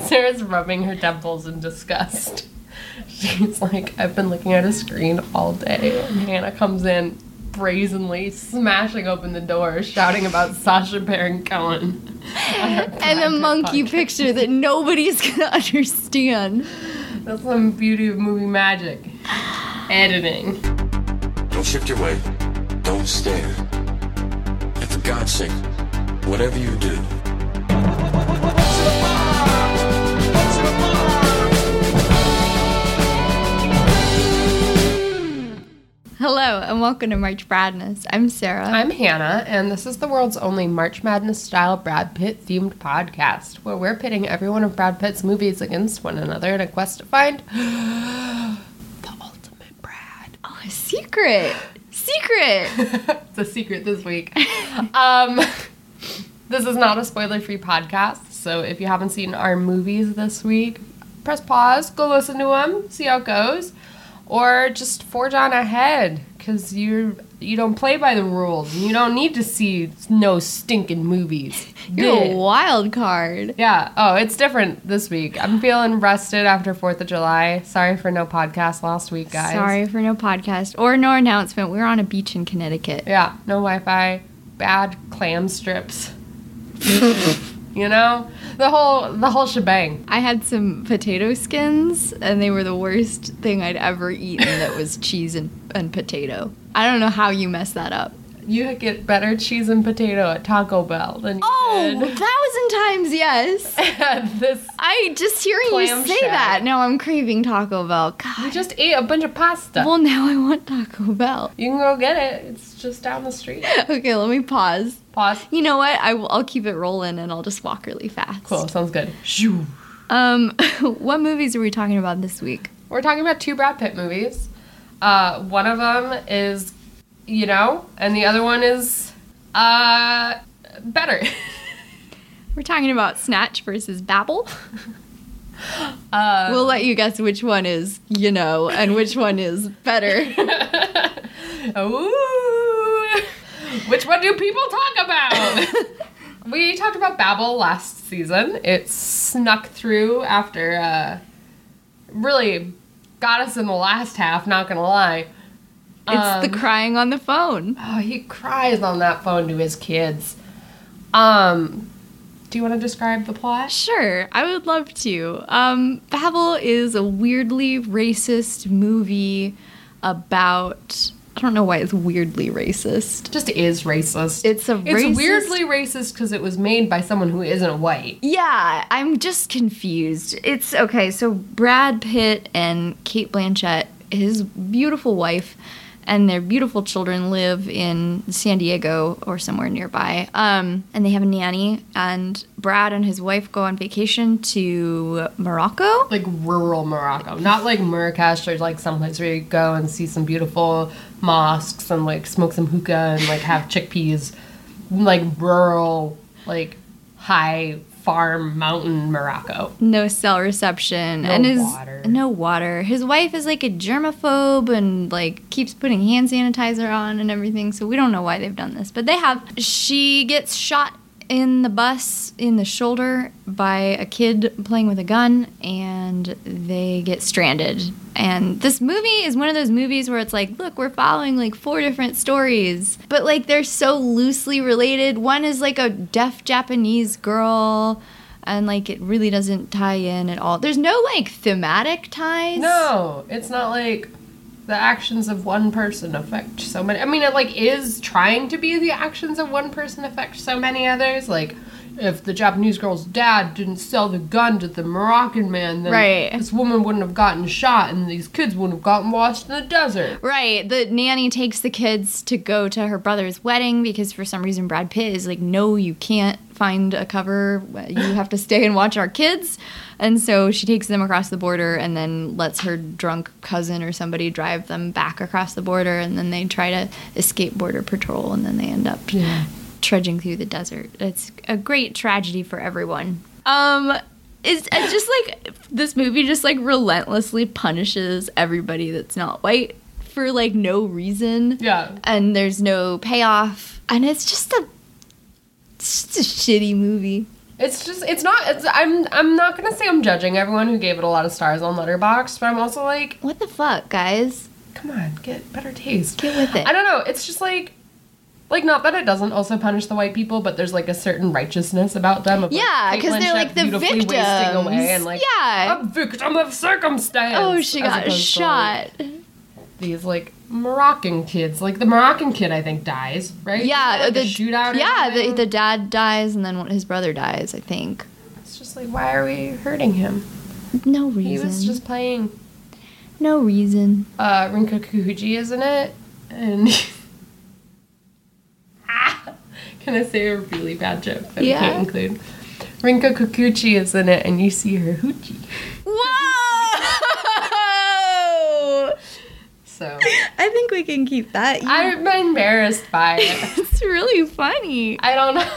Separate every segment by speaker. Speaker 1: Sarah's rubbing her temples in disgust. She's like, I've been looking at a screen all day. And Hannah comes in brazenly, smashing open the door, shouting about Sasha Baron Cohen.
Speaker 2: and a monkey picture that nobody's gonna understand.
Speaker 1: That's some beauty of movie magic. Editing.
Speaker 3: Don't shift your weight. Don't stare. And for God's sake, whatever you do,
Speaker 2: Hello and welcome to March Bradness. I'm Sarah.
Speaker 1: I'm Hannah, and this is the world's only March Madness style Brad Pitt themed podcast where we're pitting every one of Brad Pitt's movies against one another in a quest to find the ultimate Brad.
Speaker 2: oh, a secret. Secret.
Speaker 1: it's a secret this week. um, this is not a spoiler free podcast, so if you haven't seen our movies this week, press pause, go listen to them, see how it goes, or just forge on ahead because you're. You don't play by the rules. and You don't need to see no stinking movies.
Speaker 2: You're
Speaker 1: Bleh.
Speaker 2: a wild card.
Speaker 1: Yeah. Oh, it's different this week. I'm feeling rested after 4th of July. Sorry for no podcast last week, guys.
Speaker 2: Sorry for no podcast or no announcement. We're on a beach in Connecticut.
Speaker 1: Yeah, no Wi Fi, bad clam strips. you know? The whole the whole shebang.
Speaker 2: I had some potato skins, and they were the worst thing I'd ever eaten that was cheese and, and potato. I don't know how you messed that up.
Speaker 1: You get better cheese and potato at Taco Bell than you
Speaker 2: Oh,
Speaker 1: did
Speaker 2: thousand times yes.
Speaker 1: at this
Speaker 2: I just hearing
Speaker 1: Clam
Speaker 2: you say
Speaker 1: shack.
Speaker 2: that. Now I'm craving Taco Bell.
Speaker 1: you
Speaker 2: God.
Speaker 1: just ate a bunch of pasta.
Speaker 2: Well, now I want Taco Bell.
Speaker 1: you can go get it. It's just down the street.
Speaker 2: Okay, let me pause.
Speaker 1: Pause.
Speaker 2: You know what? I will, I'll keep it rolling and I'll just walk really fast.
Speaker 1: Cool, sounds good. Shoo.
Speaker 2: Um, what movies are we talking about this week?
Speaker 1: We're talking about two Brad Pitt movies. Uh, one of them is, you know, and the other one is, uh, better.
Speaker 2: We're talking about Snatch versus Babel.
Speaker 1: Uh,
Speaker 2: we'll let you guess which one is, you know, and which one is better.
Speaker 1: Ooh. Which one do people talk about? we talked about Babel last season. It snuck through after uh really got us in the last half, not gonna lie. Um,
Speaker 2: it's the crying on the phone.
Speaker 1: Oh, he cries on that phone to his kids. Um do you want to describe the plot?
Speaker 2: Sure, I would love to. Um, Babel is a weirdly racist movie about. I don't know why it's weirdly racist.
Speaker 1: Just is racist.
Speaker 2: It's a
Speaker 1: it's
Speaker 2: racist-
Speaker 1: weirdly racist because it was made by someone who isn't white.
Speaker 2: Yeah, I'm just confused. It's okay. So Brad Pitt and Kate Blanchett, his beautiful wife, and their beautiful children live in San Diego or somewhere nearby. Um, and they have a nanny. And Brad and his wife go on vacation to Morocco.
Speaker 1: like rural Morocco, not like Marrakesh or like someplace where you go and see some beautiful mosques and like smoke some hookah and like have chickpeas, like rural, like high farm mountain Morocco.
Speaker 2: No cell reception and his
Speaker 1: water.
Speaker 2: no water. His wife is like a germaphobe and like keeps putting hand sanitizer on and everything. So we don't know why they've done this, but they have. She gets shot in the bus in the shoulder by a kid playing with a gun and they get stranded. And this movie is one of those movies where it's like, look, we're following like four different stories, but like they're so loosely related. One is like a deaf Japanese girl and like it really doesn't tie in at all. There's no like thematic ties.
Speaker 1: No, it's not like the actions of one person affect so many. I mean, it like is trying to be the actions of one person affect so many others. Like, if the Japanese girl's dad didn't sell the gun to the Moroccan man, then
Speaker 2: Right.
Speaker 1: this woman wouldn't have gotten shot, and these kids wouldn't have gotten lost in the desert.
Speaker 2: Right. The nanny takes the kids to go to her brother's wedding because for some reason Brad Pitt is like, no, you can't find a cover. You have to stay and watch our kids. And so she takes them across the border and then lets her drunk cousin or somebody drive them back across the border. And then they try to escape border patrol and then they end up trudging through the desert. It's a great tragedy for everyone. Um, it's, it's just like this movie just like relentlessly punishes everybody that's not white for like no reason.
Speaker 1: Yeah.
Speaker 2: And there's no payoff, and it's just a it's just a shitty movie.
Speaker 1: It's just it's not it's I'm I'm not gonna say I'm judging everyone who gave it a lot of stars on Letterboxd, but I'm also like,
Speaker 2: What the fuck, guys?
Speaker 1: come on, get better taste.
Speaker 2: Get with it.
Speaker 1: I don't know, it's just like like not that it doesn't also punish the white people, but there's like a certain righteousness about them. Of,
Speaker 2: Yeah,
Speaker 1: Kate
Speaker 2: 'cause
Speaker 1: Blanchett
Speaker 2: they're, like, the
Speaker 1: beautifully wasting
Speaker 2: victims.
Speaker 1: away and like
Speaker 2: Yeah.
Speaker 1: a victim of circumstance.
Speaker 2: oh, she
Speaker 1: as
Speaker 2: got
Speaker 1: opposed to, like,
Speaker 2: shot.
Speaker 1: these like Moroccan kids, like the Moroccan kid, I think dies right.
Speaker 2: yeah,
Speaker 1: Like,
Speaker 2: the
Speaker 1: a shootout. or
Speaker 2: Yeah, the,
Speaker 1: something?
Speaker 2: the dad dies and then his brother dies. I think.
Speaker 1: It's just like why are we hurting him?
Speaker 2: No reason.
Speaker 1: He was just playing
Speaker 2: no reason.
Speaker 1: uh, Rinka Kuhuji is in it, and Ah! can I say a really bad joke that
Speaker 2: Yeah.
Speaker 1: I can't include? Rinka Kikuchi is in it, and you see her hoochie.
Speaker 2: Whoa!
Speaker 1: So
Speaker 2: I think we can keep that.
Speaker 1: I'm embarrassed by it.
Speaker 2: it's really funny.
Speaker 1: I don't know.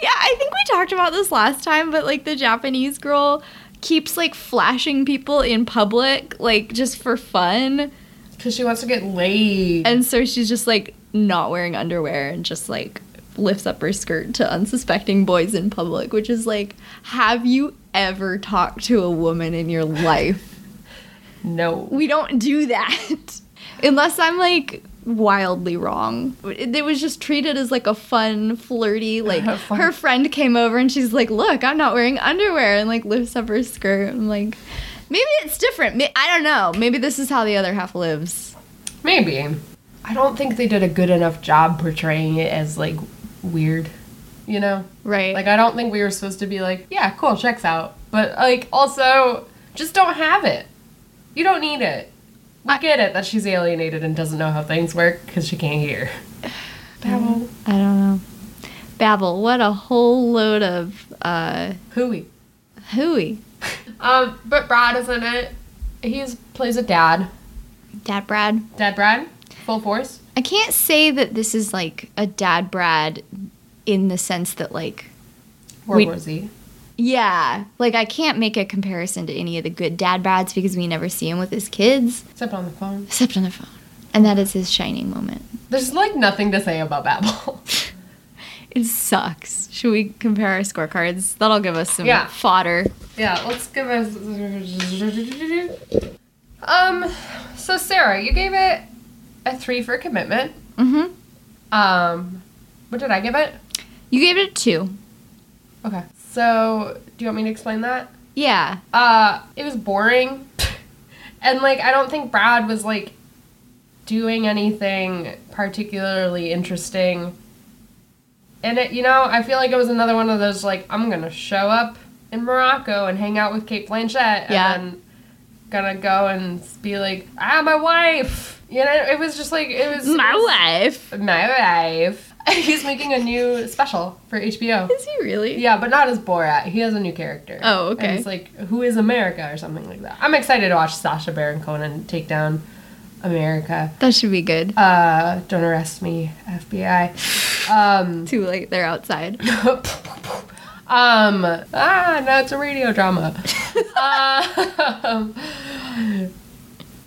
Speaker 2: Yeah, I think we talked about this last time, but like the Japanese girl keeps like flashing people in public, like just for fun.
Speaker 1: Because she wants to get laid.
Speaker 2: And so she's just like not wearing underwear and just like lifts up her skirt to unsuspecting boys in public, which is like, have you ever talked to a woman in your life?
Speaker 1: no.
Speaker 2: We don't do that. Unless I'm like wildly wrong. It, it was just treated as like a fun, flirty, like
Speaker 1: Fun.
Speaker 2: her friend came over and she's like, look, I'm not wearing underwear and like lifts up her skirt. I'm like, maybe it's different. May- I don't know. Maybe this is how the other half lives.
Speaker 1: Maybe. I don't think they did a good enough job portraying it as like weird, you know?
Speaker 2: Right.
Speaker 1: Like I don't think we were supposed to be like, yeah, cool, checks out. But like also just don't have it. You don't need it. We get it that she's alienated and doesn't know how things work because she can't hear. Babble.
Speaker 2: I don't know. Babel, what a whole load of uh,
Speaker 1: Hooey.
Speaker 2: hooey.
Speaker 1: Um, but Brad is in it. He is- plays a dad.
Speaker 2: Dad Brad.
Speaker 1: Dad Brad? Full force?
Speaker 2: I can't say that this is like a dad Brad in the sense that, like,
Speaker 1: World
Speaker 2: We-
Speaker 1: War Z.
Speaker 2: yeah, like I can't make a comparison to any of the good dad Brads because we never see him with his kids
Speaker 1: Except on the phone.
Speaker 2: except on the phone. And that is his shining moment.
Speaker 1: There's like nothing to say about Babel.
Speaker 2: It sucks. Should we compare our scorecards? That'll give us some
Speaker 1: Yeah.
Speaker 2: fodder.
Speaker 1: Yeah, let's give us. Um, so Sarah, you gave it a three for commitment.
Speaker 2: Mm-hmm.
Speaker 1: Um, what did I give it?
Speaker 2: You gave it a two.
Speaker 1: Okay. So, do you want me to explain that?
Speaker 2: Yeah.
Speaker 1: Uh, it was boring, and like I don't think Brad was like doing anything particularly interesting. And it, you know, I feel like it was another one of those like I'm gonna show up in Morocco and hang out with Kate Blanchett,
Speaker 2: Yeah.
Speaker 1: and then gonna go and be like, ah, my wife. You know, it was just like it was it was-
Speaker 2: wife.
Speaker 1: my wife. He's making a new special for HBO.
Speaker 2: Is he really?
Speaker 1: Yeah, but not as Borat. He has a new character.
Speaker 2: Oh, okay.
Speaker 1: And it's like Who is America or something like that. I'm excited to watch Sasha Baron Cohen take down America.
Speaker 2: That should be good.
Speaker 1: Uh, don't arrest me, FBI. Um,
Speaker 2: Too late. They're outside.
Speaker 1: um, ah, no, it's a radio drama. um,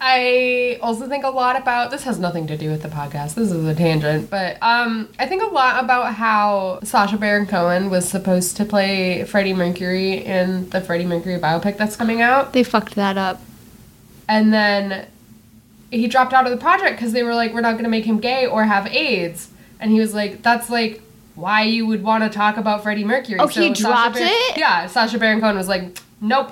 Speaker 1: I also think a lot about this has nothing to do with the podcast. This is a tangent, but um, I think a lot about how Sasha Baron Cohen was supposed to play Freddie Mercury in the Freddie Mercury biopic that's coming out,
Speaker 2: They fucked that up.
Speaker 1: and then he dropped out of the project because they were like, "We're not going to make him gay or have AIDS," and he was like, "That's like." Why you would want to talk about Freddie Mercury?
Speaker 2: Oh, he
Speaker 1: Sacha
Speaker 2: dropped
Speaker 1: Baron-
Speaker 2: it?
Speaker 1: Yeah, Sasha Baron Cohen was like, "Nope,"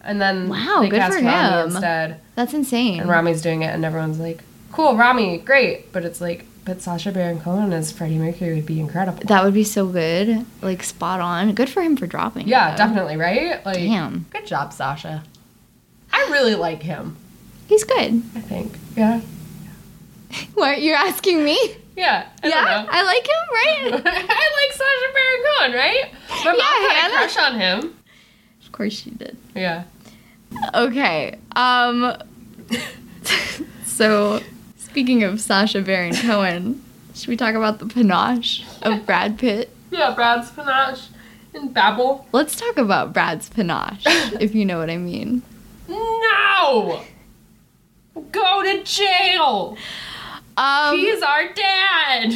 Speaker 1: and then
Speaker 2: Wow,
Speaker 1: they
Speaker 2: good
Speaker 1: cast
Speaker 2: for
Speaker 1: Rami
Speaker 2: him.
Speaker 1: instead.
Speaker 2: That's insane.
Speaker 1: And Rami's doing it, and everyone's like, cool, Rami, great. But it's like, but Sasha Baron Cohen as Freddie Mercury would be incredible.
Speaker 2: That would be so good. Like spot on. Good for him for dropping.
Speaker 1: yeah,
Speaker 2: though.
Speaker 1: definitely, right? Like,
Speaker 2: Damn.
Speaker 1: good job, Sasha. I really like him,
Speaker 2: He's good.
Speaker 1: I think. Yeah.
Speaker 2: What you're asking me?
Speaker 1: Yeah. I
Speaker 2: yeah,
Speaker 1: don't know.
Speaker 2: I like him,
Speaker 1: I
Speaker 2: right?
Speaker 1: like Sasha Baron Cohen, right? My mom
Speaker 2: Yeah,
Speaker 1: had
Speaker 2: Hannah.
Speaker 1: a crush on him.
Speaker 2: of course you did.
Speaker 1: Yeah.
Speaker 2: Okay. Um. so, speaking of Sasha Baron Cohen, should we talk about the panache of Brad Pitt?
Speaker 1: Yeah, Brad Spinach and Babel.
Speaker 2: Let's talk about Brad's panache, if you know what I mean.
Speaker 1: No! Go to jail!
Speaker 2: Um,
Speaker 1: He's our dad!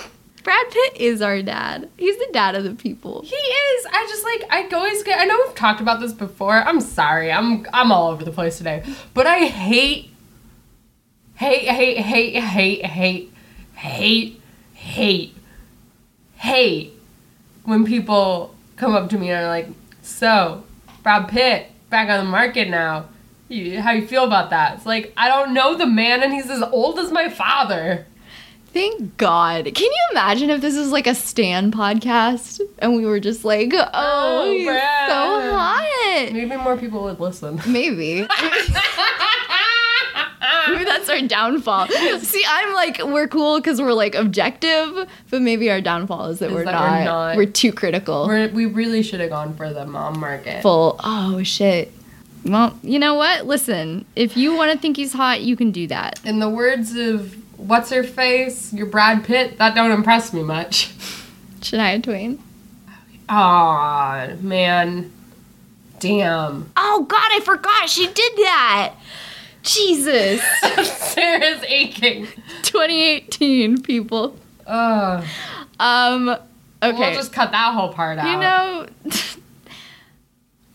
Speaker 2: Brad Pitt is our dad. He's the dad of the people.
Speaker 1: He is. I just like I always get. I know we've talked about this before. I'm sorry. I'm I'm all over the place today. But I hate, hate, hate, hate, hate, hate, hate, hate, hate when people come up to me and are like, "So, Brad Pitt back on the market now. You, how you feel about that?" It's like I don't know the man, and he's as old as my father.
Speaker 2: Thank God. Can you imagine if this was like a Stan podcast and we were just like, oh,
Speaker 1: Oh,
Speaker 2: he's
Speaker 1: Brad."
Speaker 2: so hot?
Speaker 1: Maybe more people would listen.
Speaker 2: Maybe. Maybe that's our downfall. See, I'm like, we're cool because we're like objective, but maybe our downfall is that, we're,
Speaker 1: that
Speaker 2: not,
Speaker 1: we're
Speaker 2: we're
Speaker 1: not-
Speaker 2: too critical.
Speaker 1: We're, we really should have gone for the mom market.
Speaker 2: full. Oh shit. Well, you know what? Listen, if you want to think he's hot, you can do that.
Speaker 1: In the words of what's her face, your Brad Pitt, that don't impress me much.
Speaker 2: Shania Twain.
Speaker 1: Aw, man. Damn.
Speaker 2: Oh god, I forgot she did that. Jesus.
Speaker 1: Sarah's aching.
Speaker 2: 2018 people.
Speaker 1: Ugh.
Speaker 2: Um okay.
Speaker 1: We'll just cut that whole part out.
Speaker 2: you know,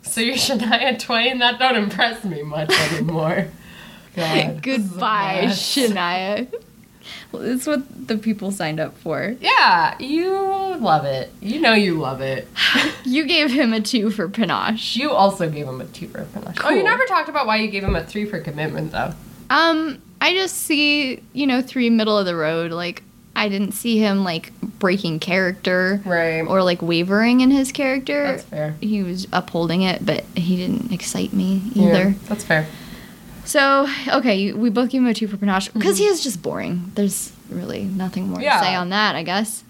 Speaker 1: So you're Shania Twain, that don't impress me much anymore. God.
Speaker 2: goodbye,
Speaker 1: this is a
Speaker 2: Shania. Well, it's what the people signed up for.
Speaker 1: Yeah, you love it. You know you love it.
Speaker 2: You gave him a two for panache.
Speaker 1: You also gave him a two for panache. Oh, you
Speaker 2: Cool.
Speaker 1: never talked about why you gave him a three for commitment, though.
Speaker 2: Um, I just see, you know, three middle of the road. Like, I didn't see him like breaking character
Speaker 1: Right.
Speaker 2: or like wavering in his character.
Speaker 1: That's fair.
Speaker 2: He was upholding it, but he didn't excite me either.
Speaker 1: that's fair.
Speaker 2: So, okay, you- we both gave him a two for Panache because he is just boring. There's really nothing more
Speaker 1: Mm-hmm. Yeah.
Speaker 2: to say on that, I guess.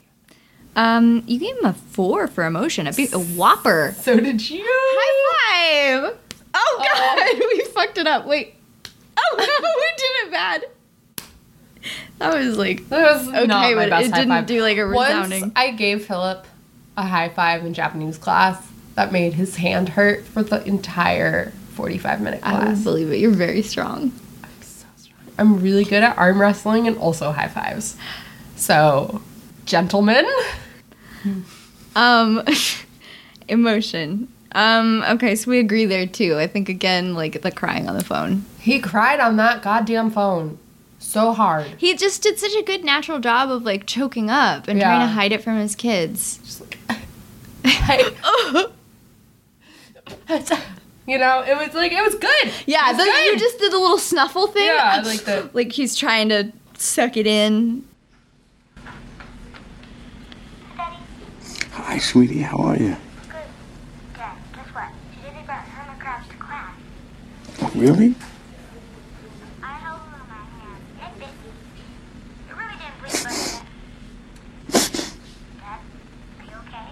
Speaker 2: Um, you gave him a four for emotion, a, big, a whopper.
Speaker 1: So did you?
Speaker 2: High five! Oh
Speaker 1: Uh-oh.
Speaker 2: god, we fucked it up. Wait. Oh no, we did it bad. That was like
Speaker 1: That was
Speaker 2: Okay,
Speaker 1: not my
Speaker 2: but
Speaker 1: best
Speaker 2: it
Speaker 1: high
Speaker 2: didn't
Speaker 1: five.
Speaker 2: do, like, a
Speaker 1: Once
Speaker 2: resounding-
Speaker 1: I gave Philip a high five in Japanese class that made his hand hurt for the entire 45 minute
Speaker 2: I
Speaker 1: class.
Speaker 2: don't believe it. You're very strong.
Speaker 1: I'm so strong. I'm really good at arm wrestling and also high fives. So, gentlemen,
Speaker 2: Um emotion. Um okay, so we agree there too. I think again like the crying on the phone.
Speaker 1: he cried on that goddamn phone so hard.
Speaker 2: He just did such a good natural job of like choking up and trying
Speaker 1: Yeah.
Speaker 2: to hide it from his kids.
Speaker 1: Just like, you know, it was like it was good.
Speaker 2: Yeah,
Speaker 1: It was
Speaker 2: the,
Speaker 1: good.
Speaker 2: you just did the little snuffle thing.
Speaker 1: Yeah, like the-
Speaker 2: like he's trying to suck it in.
Speaker 4: Daddy,
Speaker 5: Hi, sweetie. How are you?
Speaker 4: good. Dad, guess what? Today they brought hermit crabs to class.
Speaker 5: Really?
Speaker 4: I held them in my hand. It bit me. It really didn't bleed, but it bit. Dad, are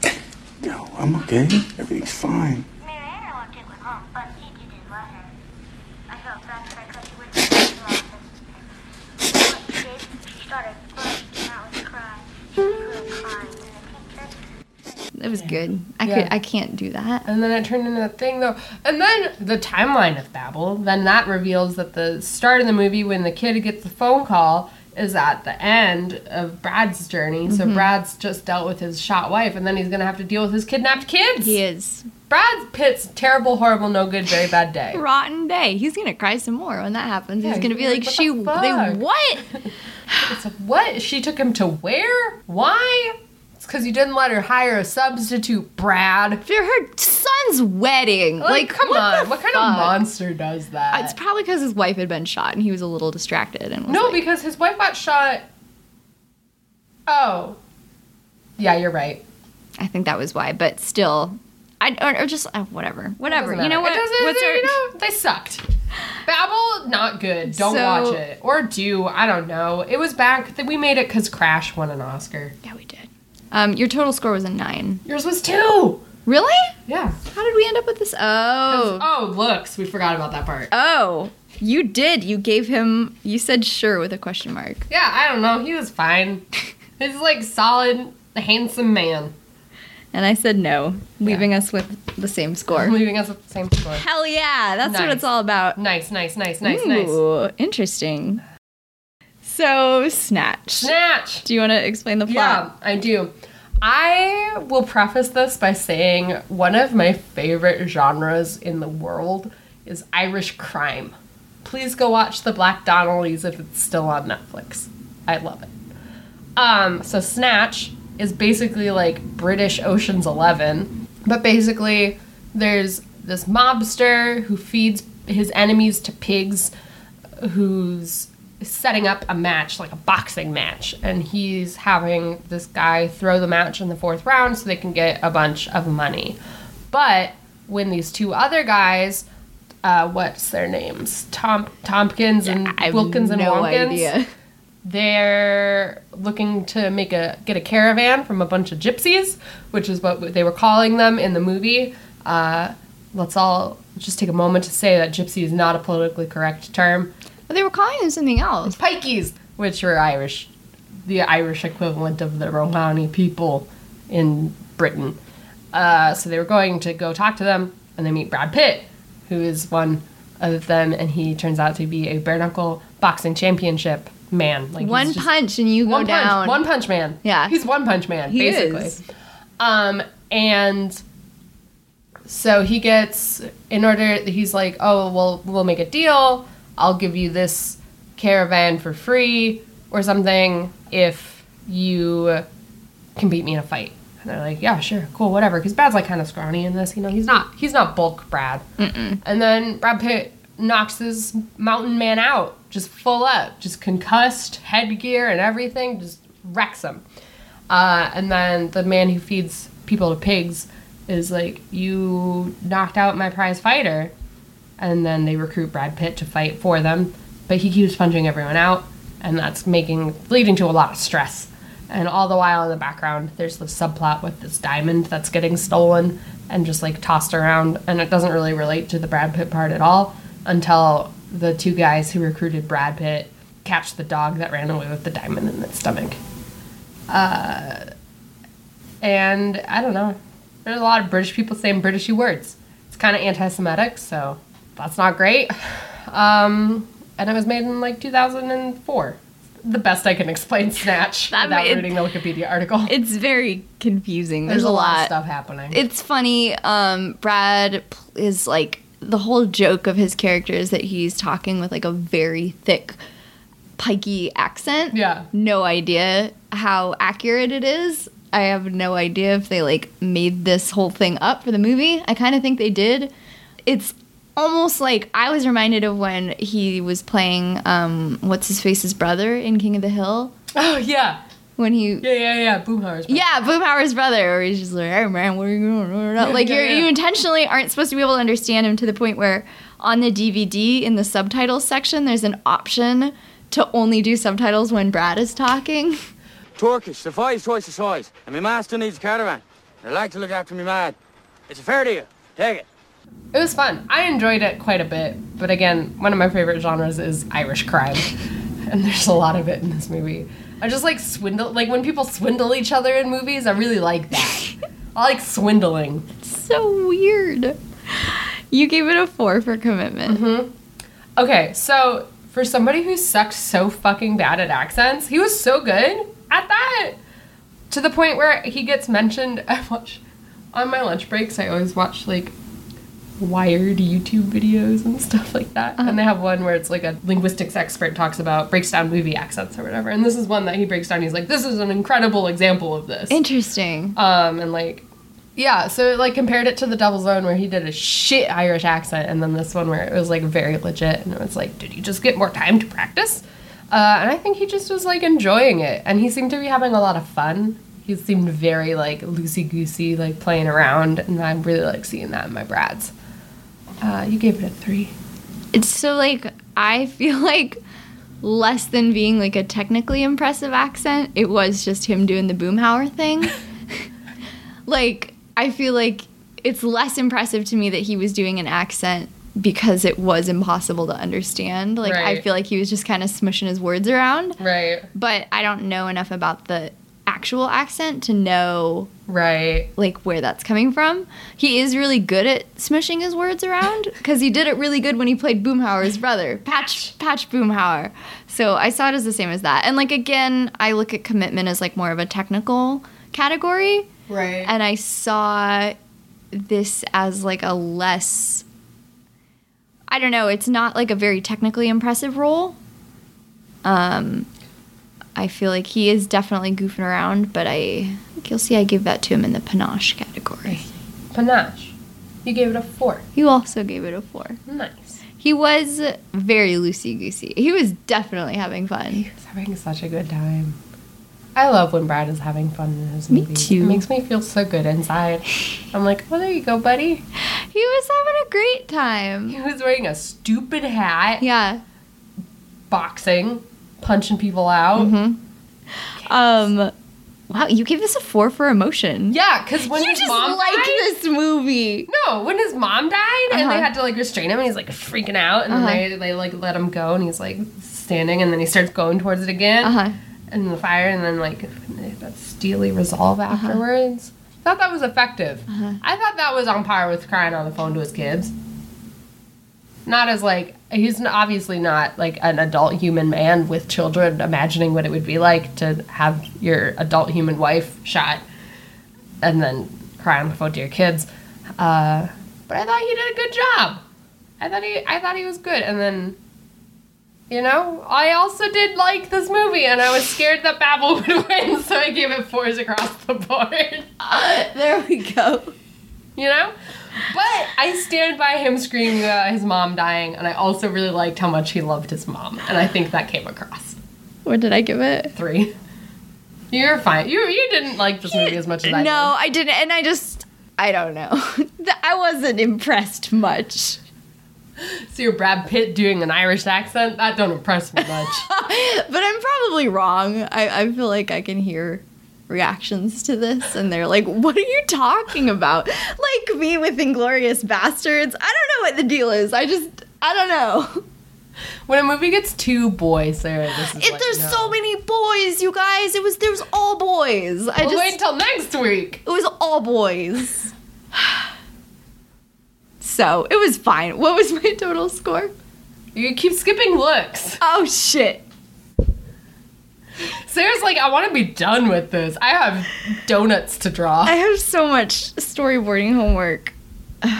Speaker 4: you okay?
Speaker 5: No, I'm okay. Everything's fine.
Speaker 4: Mariana won't take one home, but Gigi did love her. I felt bad that I couldn't wait to get to office. What she did, she started crying, and I was crying. She was really crying, and the teacher
Speaker 2: It was good. I
Speaker 1: Yeah.
Speaker 2: could I can't do that.
Speaker 1: And then it turned into a thing, though. And then the timeline of Babel, then that reveals that the start of the movie, when the kid gets the phone call, is at the end of Brad's journey.
Speaker 2: Mm-hmm.
Speaker 1: So Brad's just dealt with his shot wife, and then he's going to have to deal with his kidnapped kids.
Speaker 2: He is
Speaker 1: Brad Pitt's terrible, horrible, no good, very bad day.
Speaker 2: rotten day. He's gonna cry some more when that happens.
Speaker 1: Yeah,
Speaker 2: He's gonna be
Speaker 1: you're
Speaker 2: like,
Speaker 1: like, "What
Speaker 2: she
Speaker 1: the
Speaker 2: they
Speaker 1: fuck?"
Speaker 2: what?
Speaker 1: It's like, what? She took him to where? Why? It's because you didn't let her hire a substitute, Brad.
Speaker 2: For her son's wedding.
Speaker 1: Like,
Speaker 2: Like,
Speaker 1: come
Speaker 2: what the
Speaker 1: on. What kind
Speaker 2: fuck? Uh,
Speaker 1: of monster does that?
Speaker 2: It's probably because his wife had been shot and he was a little distracted and was
Speaker 1: No,
Speaker 2: like-
Speaker 1: because his wife got shot. Oh. Yeah, you're right.
Speaker 2: I think that was why. But still, I or, or just uh, whatever, whatever.
Speaker 1: Doesn't
Speaker 2: You know
Speaker 1: matter.
Speaker 2: what?
Speaker 1: It doesn't-
Speaker 2: What's our-
Speaker 1: you know, they sucked. Babel, not good. Don't
Speaker 2: So-
Speaker 1: watch it. Or do. I don't know. It was back that we made it because Crash won an Oscar.
Speaker 2: Yeah, we did. Um, your total score was a nine.
Speaker 1: Yours was two.
Speaker 2: Really?
Speaker 1: Yeah.
Speaker 2: How did we end up with this? Oh,
Speaker 1: Oh, looks. We forgot about that part.
Speaker 2: oh, you did. You gave him. You said sure with a question mark.
Speaker 1: Yeah, I don't know. He was fine. He's like solid, handsome man.
Speaker 2: And I said no, leaving us with the same score.
Speaker 1: Leaving us with the same score.
Speaker 2: Hell yeah, that's what
Speaker 1: Nice.
Speaker 2: it's all about.
Speaker 1: Nice, nice, nice, nice, nice.
Speaker 2: Ooh, interesting. So, Snatch.
Speaker 1: Snatch.
Speaker 2: Do you want to explain the
Speaker 1: Yeah,
Speaker 2: plot?
Speaker 1: I do. I will preface this by saying one of my favorite genres in the world is Irish crime. Please go watch The Black Donnellys if it's still on Netflix. I love it. Um, so Snatch is basically like British Ocean's Eleven, but basically there's this mobster who feeds his enemies to pigs, who's setting up a match like a boxing match, and he's having this guy throw the match in the fourth round so they can get a bunch of money. But when these two other guys, uh, what's their names? Tom Tompkins and
Speaker 2: I have
Speaker 1: Wilkins and
Speaker 2: no
Speaker 1: Wonkins
Speaker 2: idea.
Speaker 1: they're looking to make a get a caravan from a bunch of gypsies, which is what they were calling them in the movie. Uh, let's all just take a moment to say that gypsy is not a politically correct term.
Speaker 2: But they were calling him something else.
Speaker 1: Pikeys, which were Irish, the Irish equivalent of the Romani people in Britain. Uh, so they were going to go talk to them, and they meet Brad Pitt, who is one of them, and he turns out to be a bare knuckle boxing championship man. Like he's
Speaker 2: One
Speaker 1: just-
Speaker 2: punch and you go
Speaker 1: one punch,
Speaker 2: down.
Speaker 1: One Punch Man.
Speaker 2: Yeah.
Speaker 1: he's One Punch Man
Speaker 2: He
Speaker 1: basically.
Speaker 2: is.
Speaker 1: Um, and so he gets in order. He's like, oh, well, we'll make a deal. I'll give you this caravan for free or something if you can beat me in a fight. And they're like, yeah, sure, cool, whatever. Because Brad's like kind of scrawny in this, you know. He's not he's not bulk Brad. And then Brad Pitt knocks this mountain man out, just full up, just concussed, headgear and everything, just wrecks him. Uh, and then the man who feeds people to pigs is like, you knocked out my prize fighter. And then they recruit Brad Pitt to fight for them, but he keeps punching everyone out, and that's making leading to a lot of stress. And all the while in the background, there's the subplot with this diamond that's getting stolen and just like tossed around, and it doesn't really relate to the Brad Pitt part at all until the two guys who recruited Brad Pitt catch the dog that ran away with the diamond in its stomach. And I don't know. There's a lot of British people saying Britishy words. It's kind of anti-Semitic, so that's not great. Um, and it was made in like 2004. The best I can explain Snatch
Speaker 2: That
Speaker 1: without
Speaker 2: made-
Speaker 1: reading the Wikipedia article.
Speaker 2: It's very confusing. There's, a,
Speaker 1: lot of
Speaker 2: lot.
Speaker 1: stuff happening.
Speaker 2: It's funny. Um, Brad pl- is like the whole joke of his character is that he's talking with like a very thick, pikey accent.
Speaker 1: Yeah.
Speaker 2: No idea how accurate it is. I have no idea if they like made this whole thing up for the movie. I kind of think they did. It's almost like I was reminded of when he was playing um, what's his face's brother in King of the Hill
Speaker 1: oh yeah,
Speaker 2: when he
Speaker 1: yeah, yeah, yeah. Boomhauer's. back.
Speaker 2: yeah, Boomhauer's brother, or he's just like, "Hey man, what are you doing?" Like
Speaker 1: Yeah,
Speaker 2: you're,
Speaker 1: yeah.
Speaker 2: you intentionally aren't supposed to be able to understand him to the point where on the DVD in the subtitles section, there's an option to only do subtitles when Brad is talking.
Speaker 6: Turkish, the five's twice the size, and my master needs a caravan. They like to look after me mad. It's a fair deal. Take it.
Speaker 1: It was fun. I enjoyed it quite a bit, but again, one of my favorite genres is Irish crime, and there's a lot of it in this movie. I just like swindle, like when people swindle each other in movies. I really like that. I like swindling.
Speaker 2: so weird. You gave it a four for
Speaker 1: Mm-hmm.
Speaker 2: commitment.
Speaker 1: Okay, so for somebody who sucked so fucking bad at accents, he was so good at that. To the point where he gets mentioned. I watch on my lunch breaks. I always watch like wired YouTube videos and stuff like that. And they have one where it's like a linguistics expert talks about breaks down movie accents or whatever. And this is one that he breaks down. He's like, "This is an incredible example of this."
Speaker 2: Interesting.
Speaker 1: Um, and like, yeah, so it, like compared it to the Double Zone where he did a shit Irish accent, and then this one where it was like very legit, and it was like, did you just get more time to practice? Uh, and I think he just was like enjoying it, and he seemed to be having a lot of fun. He seemed very like loosey goosey, like playing around, and I'm really like seeing that in my brads. Uh, you gave it a three.
Speaker 2: It's so like I feel like less than being like a technically impressive accent, it was just him doing the Boomhauer thing. like I feel like it's less impressive to me that he was doing an accent because it was impossible to understand. Like I
Speaker 1: Right.
Speaker 2: feel like he was just kind of smushing his words around,
Speaker 1: Right.
Speaker 2: but I don't know enough about the actual accent to know
Speaker 1: Right.
Speaker 2: like where that's coming from. He is really good at smushing his words around because he did it really good when he played Boomhauer's brother, Patch Patch Boomhauer. So I saw it as the same as that. And like again, I look at commitment as like more of a technical category,
Speaker 1: Right.
Speaker 2: and I saw this as like a less. I don't know. It's not like a very technically impressive role. Um, I feel like he is definitely goofing around, but I think you'll see I gave that to him in the panache category.
Speaker 1: Panache. You gave it a four.
Speaker 2: You also gave it a four.
Speaker 1: Nice.
Speaker 2: He was very loosey goosey. He was definitely having fun.
Speaker 1: He's having such a good time. I love when Brad is having fun in his
Speaker 2: Me
Speaker 1: movies.
Speaker 2: too.
Speaker 1: It makes me feel so good inside. I'm like, well, there you go, buddy.
Speaker 2: He was having a great time.
Speaker 1: He was wearing a stupid hat,
Speaker 2: Yeah.
Speaker 1: boxing, punching people out.
Speaker 2: Mm-hmm. Um. Wow, you gave this a four for emotion.
Speaker 1: Yeah, because when
Speaker 2: you
Speaker 1: his
Speaker 2: just
Speaker 1: mom
Speaker 2: like
Speaker 1: died,
Speaker 2: this movie.
Speaker 1: no, when his mom died and they
Speaker 2: Uh-huh.
Speaker 1: had to like restrain him, and he's like freaking out, and
Speaker 2: Uh-huh.
Speaker 1: then they, they like let him go, and he's like standing, and then he starts going towards it again,
Speaker 2: Uh huh.
Speaker 1: and the fire, and then like that steely resolve afterwards. I thought that was effective. I thought that was on par with crying on the phone to his kids. Not as like he's n- obviously not like an adult human man with children imagining what it would be like to have your adult human wife shot and then cry on the phone to your kids. Uh, but I thought he did a good job. I thought he I thought he was good and then you know, I also did like this movie, and I was scared that Babel would win, so I gave it fours across the board.
Speaker 2: There we go.
Speaker 1: You know? But I stand by him screaming about his mom dying, and I also really liked how much he loved his mom, and I think that came across.
Speaker 2: What did I give it?
Speaker 1: Three. You're fine. You you didn't like this movie as much as I did.
Speaker 2: No, I didn't. And I just, I don't know. I wasn't impressed much.
Speaker 1: So your Brad Pitt doing an Irish accent, that don't impress me much.
Speaker 2: But I'm probably wrong. I, I feel like I can hear reactions to this and they're like, what are you talking about? Like me with Inglorious Bastards. I don't know what the deal is. I just, I don't know.
Speaker 1: when a movie gets two boys, Sarah, this is
Speaker 2: It,
Speaker 1: like,
Speaker 2: there's
Speaker 1: no.
Speaker 2: so many boys, you guys. It was, there was all boys. I
Speaker 1: Well,
Speaker 2: just,
Speaker 1: wait until next week.
Speaker 2: it was all boys. So it was fine. What was my total score?
Speaker 1: You keep skipping looks.
Speaker 2: Oh shit.
Speaker 1: Sarah's like, I want to be done with this. I have donuts to draw.
Speaker 2: I have so much storyboarding homework.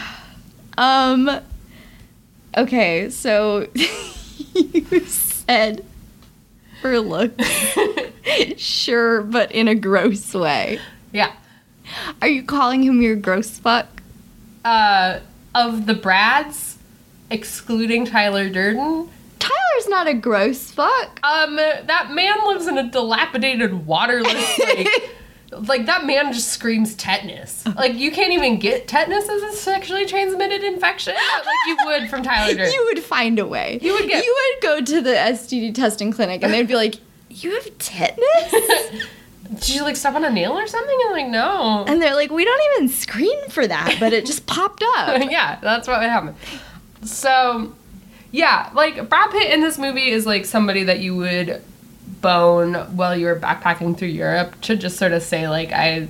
Speaker 2: Um okay, so you said her look. sure, but in a gross way.
Speaker 1: yeah.
Speaker 2: Are you calling him your gross fuck?
Speaker 1: Uh, of the Brads, excluding Tyler Durden,
Speaker 2: Tyler's not a gross fuck.
Speaker 1: um, that man lives in a dilapidated, waterless lake. like that man just screams tetanus. Like you can't even get tetanus as a sexually transmitted infection, Oh, like you would from Tyler Durden.
Speaker 2: You would find a way.
Speaker 1: You would get-
Speaker 2: You would go to the STD testing clinic and they'd be like, "You have tetanus?"
Speaker 1: Did you like step on a nail or something? I'm like, no.
Speaker 2: and they're like, "We don't even screen for that, but it just popped up."
Speaker 1: yeah, that's what would happen. So, yeah, like Brad Pitt in this movie is like somebody that you would bone while you were backpacking through Europe to just sort of say like I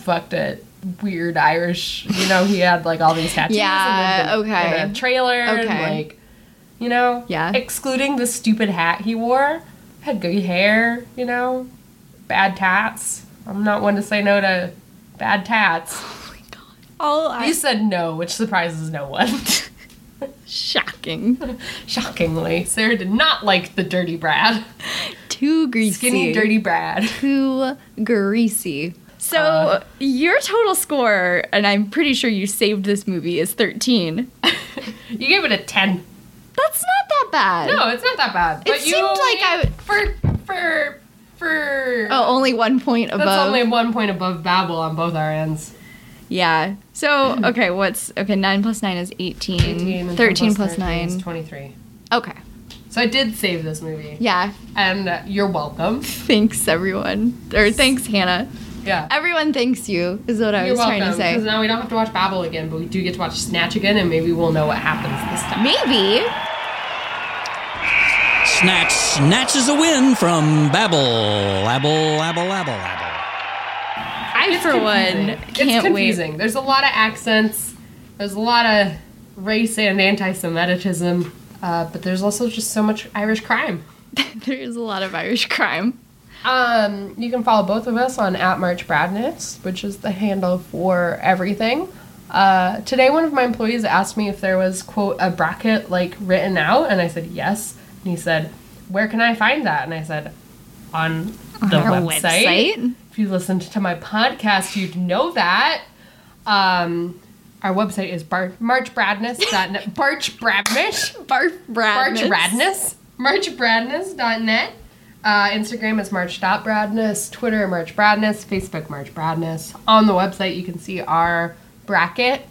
Speaker 1: fucked a weird Irish. You know, he had like all these tattoos.
Speaker 2: Yeah,
Speaker 1: and lived in-
Speaker 2: okay.
Speaker 1: In a trailer. and,
Speaker 2: Okay.
Speaker 1: like, you know.
Speaker 2: Yeah.
Speaker 1: Excluding the stupid hat he wore, had good hair. You know, bad tats. I'm not one to say no to bad tats.
Speaker 2: All I-
Speaker 1: You said no, which surprises no one.
Speaker 2: shocking.
Speaker 1: Shockingly, Sarah did not like the dirty Brad.
Speaker 2: Too greasy.
Speaker 1: Skinny, dirty Brad.
Speaker 2: Too greasy. So
Speaker 1: Uh.
Speaker 2: your total score, and I'm pretty sure you saved this movie, is 13.
Speaker 1: You gave it a 10.
Speaker 2: That's not that bad.
Speaker 1: No, it's not that bad.
Speaker 2: It
Speaker 1: you
Speaker 2: seemed like I would-
Speaker 1: For. For. For.
Speaker 2: Oh, only one point above.
Speaker 1: that's only one point above Babel on both our ends.
Speaker 2: yeah. So okay, what's okay? Nine plus nine is eighteen.
Speaker 1: 18 and
Speaker 2: Mm-hmm. Thirteen
Speaker 1: 10
Speaker 2: plus
Speaker 1: 13 is
Speaker 2: nine.
Speaker 1: 23.
Speaker 2: Okay.
Speaker 1: So I did save this movie.
Speaker 2: Yeah.
Speaker 1: And uh, you're welcome.
Speaker 2: Thanks everyone, or thanks Hannah.
Speaker 1: Yeah.
Speaker 2: Everyone thanks you is what I
Speaker 1: You're
Speaker 2: was
Speaker 1: welcome.
Speaker 2: trying to
Speaker 1: Because
Speaker 2: say.
Speaker 1: now we don't have to watch Babel again, but we do get to watch Snatch again, and maybe we'll know what happens this time.
Speaker 2: Maybe.
Speaker 7: Snatch snatches a win from Babel. Abel, Abel, Abel, Abel.
Speaker 2: I, for one,
Speaker 1: it's
Speaker 2: can't wait.
Speaker 1: confusing. There's a lot of accents. There's a lot of race and anti-Semitism, uh, but there's also just so much Irish crime.
Speaker 2: There's a lot of Irish crime.
Speaker 1: Um, you can follow both of us on at March Bradnitz, which is the handle for everything. Uh, today, one of my employees asked me if there was quote a bracket like written out, and I said yes. And he said, "Where can I find that?" And I said, "On the
Speaker 2: Our
Speaker 1: website. If you listened to my podcast, you'd know that." Um, our website is bar- marchbradness.net. Barchbradnish.
Speaker 2: Barf Bradness.
Speaker 1: March Radness. MarchBradness.net. Uh, Instagram is March.Bradness. Twitter, March Bradness. Facebook, March Bradness. On the website, you can see our bracket,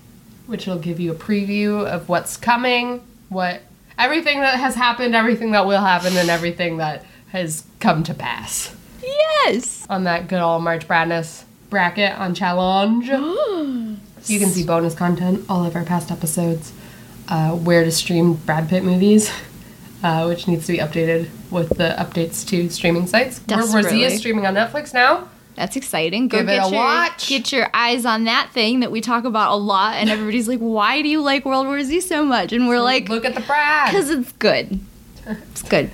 Speaker 1: which will give you a preview of what's coming, what everything that has happened, everything that will happen, and everything that has come to pass
Speaker 2: Yes.
Speaker 1: on that good old March Bradness bracket on challenge. you can see bonus content, all of our past episodes, uh, where to stream Brad Pitt movies, uh, which needs to be updated with the updates to streaming sites. Where Rosie
Speaker 2: Desperately.
Speaker 1: is streaming on Netflix now.
Speaker 2: That's exciting. Go
Speaker 1: Give it
Speaker 2: get
Speaker 1: a
Speaker 2: your
Speaker 1: watch.
Speaker 2: get your eyes on that thing that we talk about a lot, and everybody's like, "Why do you like World War Z so much?" And we're like,
Speaker 1: Look at the Brad.
Speaker 2: "Cause it's good. It's good."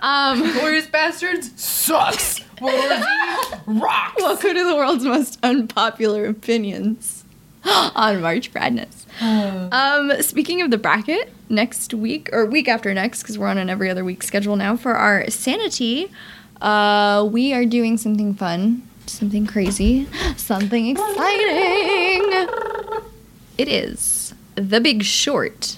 Speaker 2: Um,
Speaker 1: Glorious Bastards sucks. World War Z rocks.
Speaker 2: welcome to the world's most unpopular opinions on March Bradness. Um, speaking of the bracket, next week or week after next, because we're on an every other week schedule now for our sanity, uh, we are doing something fun, something crazy, something exciting. It is The Big Short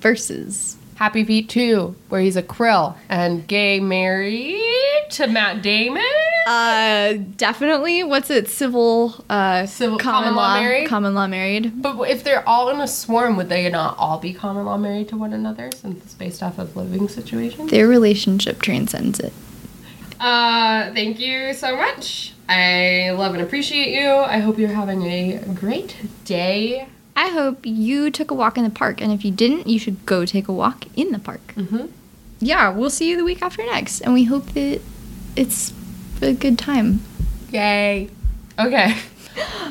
Speaker 2: versus
Speaker 1: Happy Feet 2, where he's a krill and gay married to Matt Damon.
Speaker 2: uh, definitely what's it civil uh
Speaker 1: Civil- common law married?
Speaker 2: common law married
Speaker 1: But if they're all in a swarm, would they not all be common law married to one another since it's based off of living situations?
Speaker 2: Their relationship transcends it.
Speaker 1: Uh, thank you so much. I love and appreciate you. I hope you're having a great day.
Speaker 2: I hope you took a walk in the park, and if you didn't, you should go take a walk in the park. Mm-hmm. Yeah, we'll see you the week after next, and we hope that it's a good time.
Speaker 1: Yay. Okay.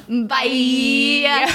Speaker 2: Bye.